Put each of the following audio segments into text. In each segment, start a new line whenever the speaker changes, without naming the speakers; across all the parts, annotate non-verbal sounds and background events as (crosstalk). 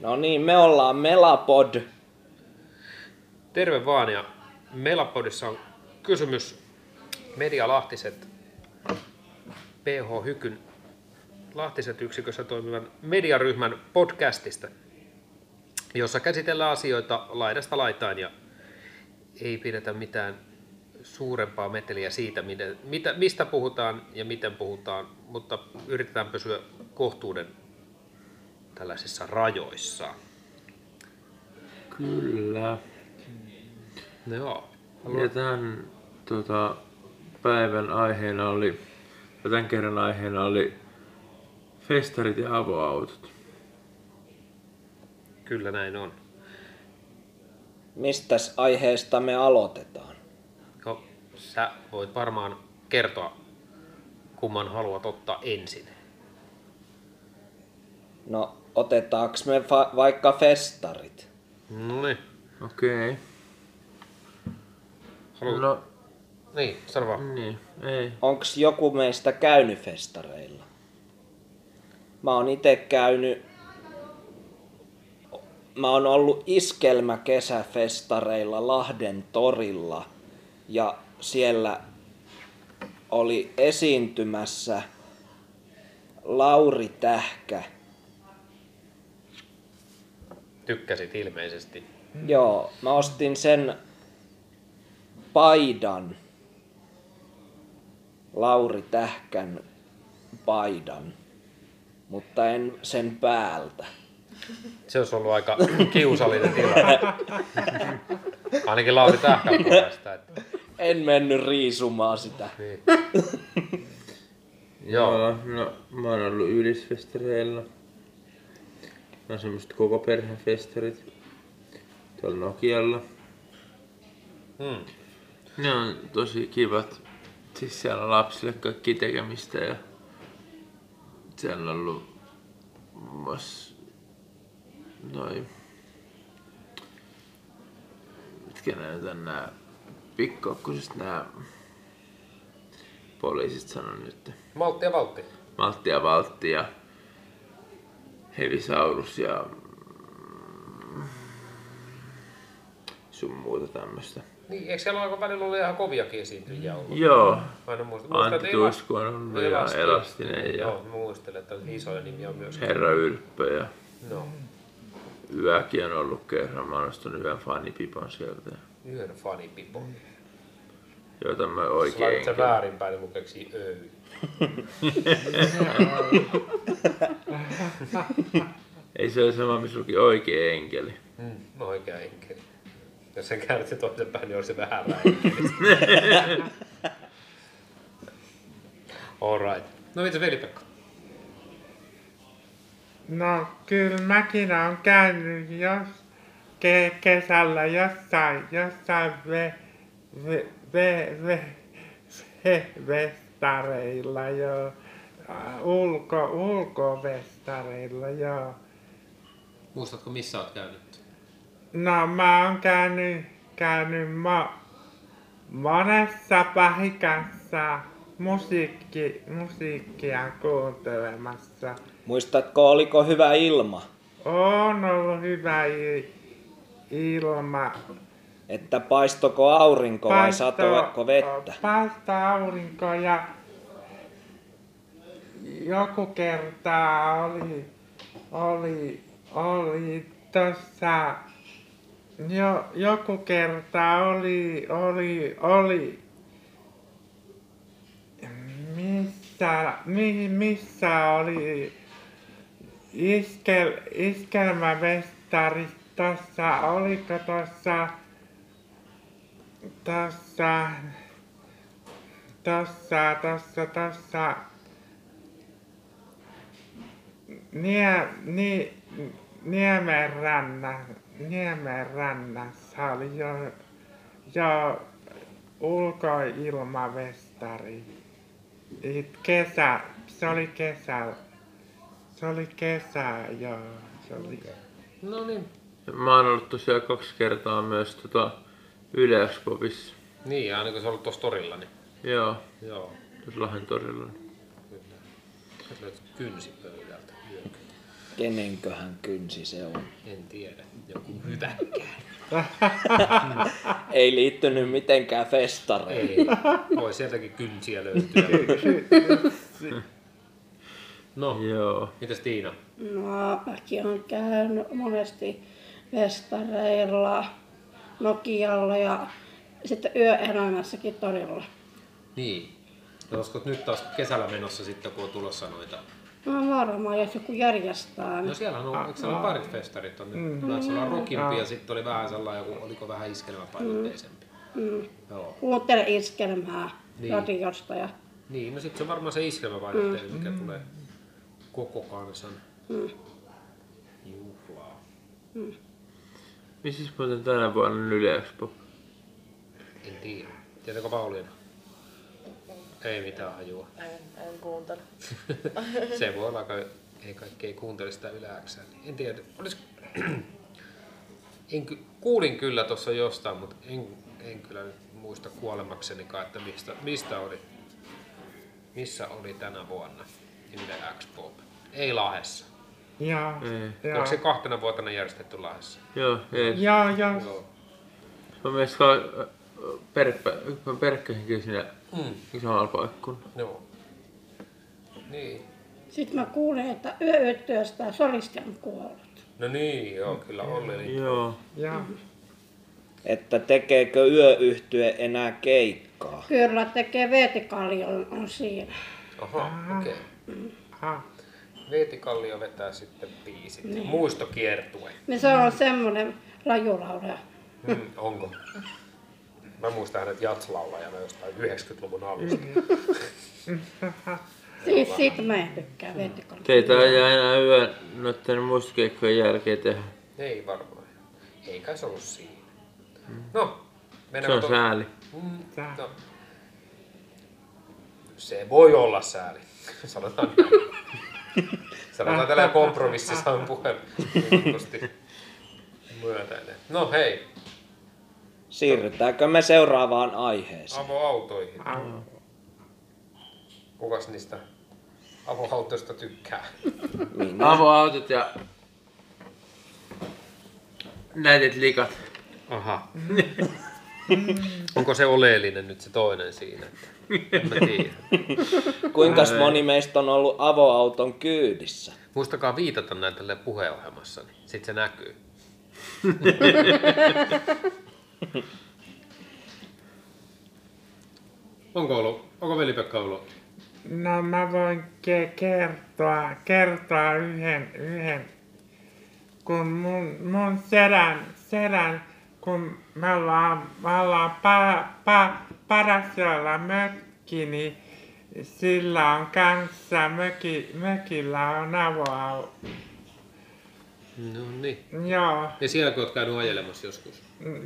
No niin, me ollaan Melapod.
Terve vaan ja Melapodissa on kysymys Media Lahtiset PH Hykyn Lahtiset yksikössä toimivan mediaryhmän podcastista, jossa käsitellään asioita laidasta laitaan ja ei pidetä mitään suurempaa meteliä siitä, miten- mitä, mistä puhutaan ja miten puhutaan, mutta yritetään pysyä kohtuuden tällaisissa rajoissa.
Kyllä.
No Joo.
Ja tämän tota, päivän aiheena oli, ja tämän kerran aiheena oli festarit ja avoautot.
Kyllä näin on.
Mistäs aiheesta me aloitetaan?
No, sä voit varmaan kertoa, kumman haluat ottaa ensin.
No, otetaanko me fa- vaikka festarit?
No niin.
Okei. Okay.
Haluat... No.
No,
Niin, sano vaan.
niin, ei.
Onks joku meistä käynyt festareilla? Mä oon itse käynyt... Mä oon ollut iskelmä kesäfestareilla Lahden torilla. Ja siellä oli esiintymässä Lauri Tähkä.
Tykkäsit ilmeisesti.
Mm. Joo, mä ostin sen paidan. Lauri Tähkän paidan. Mutta en sen päältä.
Se olisi ollut aika (coughs) kiusallinen tilanne. Ainakin Lauri
(coughs)
Tähkän puolesta. Että...
En mennyt riisumaan sitä.
Niin.
Joo.
Joo.
No, mä oon ollut yhdysfestareilla. No semmoset koko perhefestarit. Tuolla Nokialla.
Hmm.
Ne on tosi kivat. Siis siellä on lapsille kaikki tekemistä ja siellä on ollut muun muassa noi, mitkä näitä on nää pikkuakkuiset nää poliisit sanoo nyt.
Maltti ja valtti.
Maltti ja Valtti ja Hevisaurus ja mm, sun muuta tämmöstä.
Niin, eikö siellä aika välillä ollut ihan koviakin esiintyjiä ollut?
Joo,
Mä en muista. Muistan, että
Antti
Elas-
Tuisku on ollut ja
Elastinen.
Elastinen ja
Joo, mä muistelen, että on isoja nimiä myös.
Herra Ylppö ja
No,
Yökin on ollut kerran. Mä oon ostanut yhden fanipipon sieltä,
yhden fanipipo.
joita mä
Sä laitat
oikein
sen väärinpäin, niin mun keksii öy.
Ei se ole sama, missä luki oikea enkeli.
Mm, no oikea enkeli. Jos sen käännät sen toisen päin, niin on se väärä enkeli. Alright. No mitä Veli-Pekka?
No kyllä mäkin olen käynyt jos, ke, kesällä jossain, jossain ve, ve, ve, ve, ve, vestareilla jo, Äh, ulko, ulkovestareilla jo.
Muistatko missä oot käynyt?
No mä oon käynyt, käynyt mo, monessa paikassa musiikki, musiikkia kuuntelemassa.
Muistatko, oliko hyvä ilma?
On ollut hyvä i- ilma.
Että paistoko aurinko vai satoako vettä?
Paista aurinko ja joku kerta oli, oli, oli tossa, jo, joku kerta oli, oli, oli, missä, mi, missä oli iskel, iskelmämestari tossa, oliko tossa, tossa, tossa, tossa, tossa, Nie, ni, niemen, ranna, niemen rannassa oli jo, jo ulkoilmavestari. It kesä, se oli kesä, se oli kesä, joo, se oli.
No niin.
Mä oon ollut tosiaan kaksi kertaa myös tota Yleispopissa.
Niin, ja aina kun se on ollut tuossa torilla, niin
Joo,
joo.
tuossa Lahden torilla.
Kyllä. Sä löit kynsi pöydältä.
Kenenköhän kynsi se on?
En tiedä, joku hyvä.
Ei liittynyt mitenkään festareihin.
Ei, voi sieltäkin kynsiä löytyä. No,
Joo.
mitäs Tiina?
No, mäkin olen käynyt monesti Vestareilla, Nokialla ja sitten yöelämässäkin torilla.
Niin. Ja olisiko nyt taas kesällä menossa sitten, kun on tulossa noita?
No varmaan, jos joku järjestää.
No
niin-
siellä on, eikö siellä ole parit festarit on nyt? Taisi olla rockimpi ja sitten oli vähän sellainen joku, oliko vähän iskelmäpainotteisempi. Joo.
Kuuntele iskelmää
Niin.
radiosta ja
Niin, no sitten se on varmaan se iskelmäpainotteinen, mikä tulee koko kansan juhlaa.
Missäs muuten tänä vuonna on Yle Expo?
En tiedä. Tietääkö Pauliina? Ei mitään hajua.
En, en kuuntele.
(laughs) Se voi olla, aika- ei kaikki ei kuuntele sitä yläksää. Niin en tiedä, olis... en, ky- kuulin kyllä tuossa jostain, mutta en, en kyllä nyt muista kuolemaksenikaan, että mistä, mistä oli, missä oli tänä vuonna Yle Expo. Ei Lahdessa.
Joo,
Ei.
joo.
Onko se kahtena vuotena järjestetty Lahdessa?
Joo, ei.
Joo, joo.
Joo.
Mä myös ka- perppä, perkkäsinkin sinne
Mm.
samalla paikkuun.
Joo. Niin.
sitten mä kuulin, että yöyhtiöstä solisti on kuollut.
No niin, joo, kyllä Olli. Niin.
Joo.
Joo.
Että tekeekö yöyhtye enää keikkaa?
Kyllä tekee Veetikaljon on siinä.
Aha, okei. Okay.
Ah,
Veeti Kallio vetää sitten biisit. Niin. Muistokiertue.
Niin se on semmoinen rajulaulaja.
Mm, onko? Mä muistan hänet jatslaulajana jostain 90-luvun alusta.
Siis siitä mä en tykkää Veetikaljon.
Teitä ei aina yön noiden muistikeikkojen jälkeen tehdä.
Ei varmaan. Ei kai se ollut siinä. No,
Hmm. Se
mennään
on sääli.
Mm,
Sää-
no. Se voi olla sääli. (laughs) Sanotaan näin. Sanotaan tällä kompromississa on puheen myötäinen. No hei,
Siirrytäänkö me seuraavaan aiheeseen?
avoautoihin.
ah,
Kukas niistä avoautoista tykkää?
Minä.
Avoautot ja näitet likat.
Aha. Onko se oleellinen nyt se toinen siinä? Että en mä tiedä.
Kuinka moni meistä on ollut avoauton kyydissä?
Muistakaa viitata näin tälle puheenohjelmassa, niin sit se näkyy. onko ollut, onko veli-Pekka ollut?
No mä voin ke- kertoa, kertoa yhden, yhden. Kun mun, mun sedän, sedän, kun me ollaan, me ollaan pa, pa, Padasjoella mökki, niin sillä on kanssa, möki, mökillä on avoau.
No niin.
Joo,
Ja siellä kun oot käynyt ajelemassa joskus.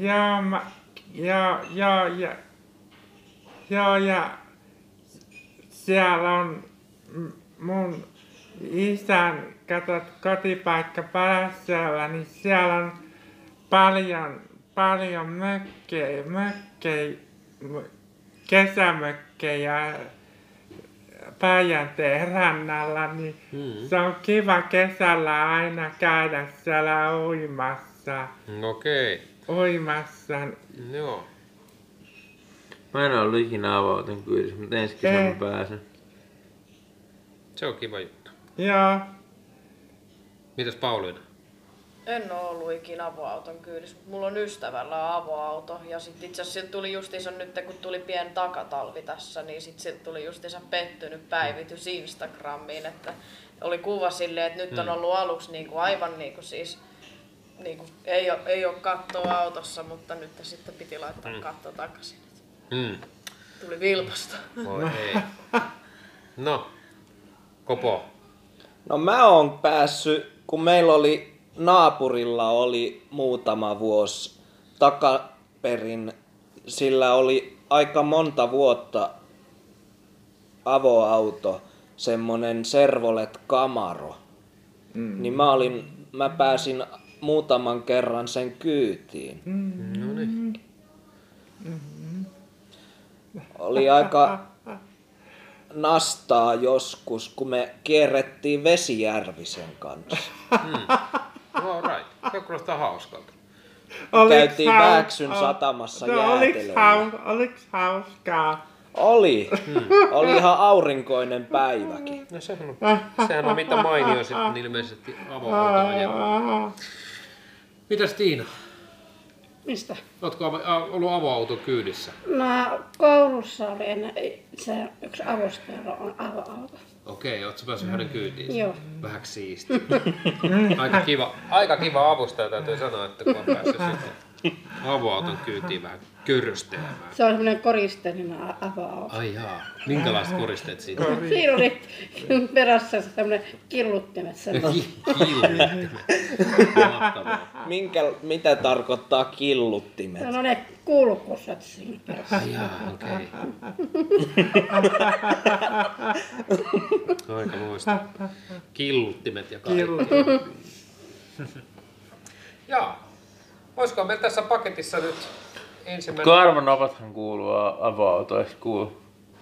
joo, mä, joo, joo, ja, joo, ja siellä on m- mun isän, katot, kotipaikka Palasjalla, niin siellä on paljon, paljon mökkejä, mökkejä, m- kesämökkejä Päijänteen rannalla, niin
Mm.
se on kiva kesällä aina käydä siellä uimassa
No Okei. Okay.
uimassa.
Joo.
Mä en oo ollut ikinä avautunut kyydissä, mutta ensi kesänä mä
Eh.
Ei.
pääsen.
Se on kiva juttu.
Joo,
Mitäs Pauliina?
En ole ollut ikinä avoauton kyydissä, mutta mulla on ystävällä avoauto. Ja sitten itse asiassa siltä tuli justiinsa nyt, kun tuli pieni takatalvi tässä, niin sitten siltä tuli justiinsa pettynyt päivitys Instagramiin, että oli kuva silleen, että nyt on ollut aluksi niinku aivan niinku siis niinku, ei, ole, ei ole kattoa autossa, mutta nyt sitten piti laittaa katto takaisin.
Mm.
Tuli vilpasta.
Voi ei. No, Kopo.
No mä oon päässyt, kun meillä oli naapurilla oli muutama vuosi takaperin, sillä oli aika monta vuotta avoauto, semmonen Servolet Camaro. Mm. Niin mä, olin, mä pääsin muutaman kerran sen kyytiin.
No niin.
Oli aika nastaa joskus, kun me kierrettiin Vesijärvisen kanssa.
No right. Tämä kuulostaa hauskalta.
Käytiin
haus-
Vääksyn
ol-
satamassa
no, oliks,
jäätelöllä.
haus, oliks hauskaa?
Oli. Oli ihan aurinkoinen päiväkin.
No sehän on, sehän on mitä mainio sitten ilmeisesti avoautoajelu. Mitäs Tiina?
Mistä?
Oletko avo- a- ollut avoauton kyydissä?
No koulussa oli ennen se yksi avustajalla on avoauto.
Okei, okay, ootko päässyt hänen kyytiin?
Joo.
Vähäksi siisti. Aika kiva, aika kiva avustaja täytyy sanoa, että kun on päässyt sitten avoauton kyytiin vähän körstelemään.
Se on semmoinen koristeinen a- avoauto.
Ai jaa, minkälaiset koristeet siitä?
(laughs) Siinä oli perässä semmoinen killuttimet semmoinen.
Killettimet. Mahtavaa.
Minkä, mitä tarkoittaa killuttimet?
No ne kulkuset siinä perässä.
Ai jaa, okei. Aika muista. Killuttimet ja kaikki. (laughs) Jaa. Olisiko meillä tässä paketissa nyt ensimmäinen...
Karvanopathan kuuluu avautoissa, kuuluu.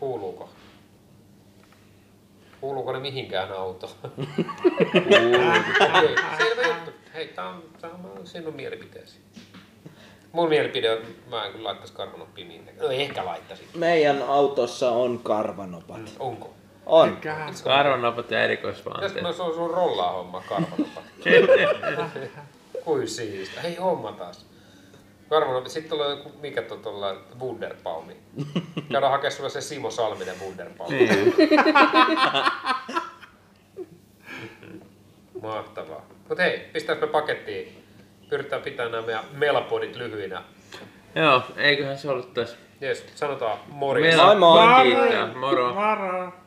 Kuuluuko? Kuuluuko ne mihinkään autoon? Ei, Selvä juttu. Hei, tää on, tää on sinun mielipiteesi. Mun mielipide on, mä en kyllä laittaisi karvanoppiin mihinkään. No ei ehkä laittaisi.
Meidän autossa on karvanopat.
Onko?
On.
Karvanopat ja
Pitäisikö
erikoisvaanteet.
mä sun, sun rollaa homma karvanopat? Kui siistä. Hei homma taas. Karvanopit. Sitten tulee joku, mikä tuo tuolla Wunderbaumi. Käydään hakea sulle se Simo Salminen Wunderbaumi.
Niin.
Mahtavaa. Mut hei, pistääpä pakettiin. Pyritään pitämään nämä meidän melapodit lyhyinä.
Joo, eiköhän se ollut tässä.
Jes, sanotaan morjens.
Meillä
Moi moi.
Kiittää, moro.
Moro.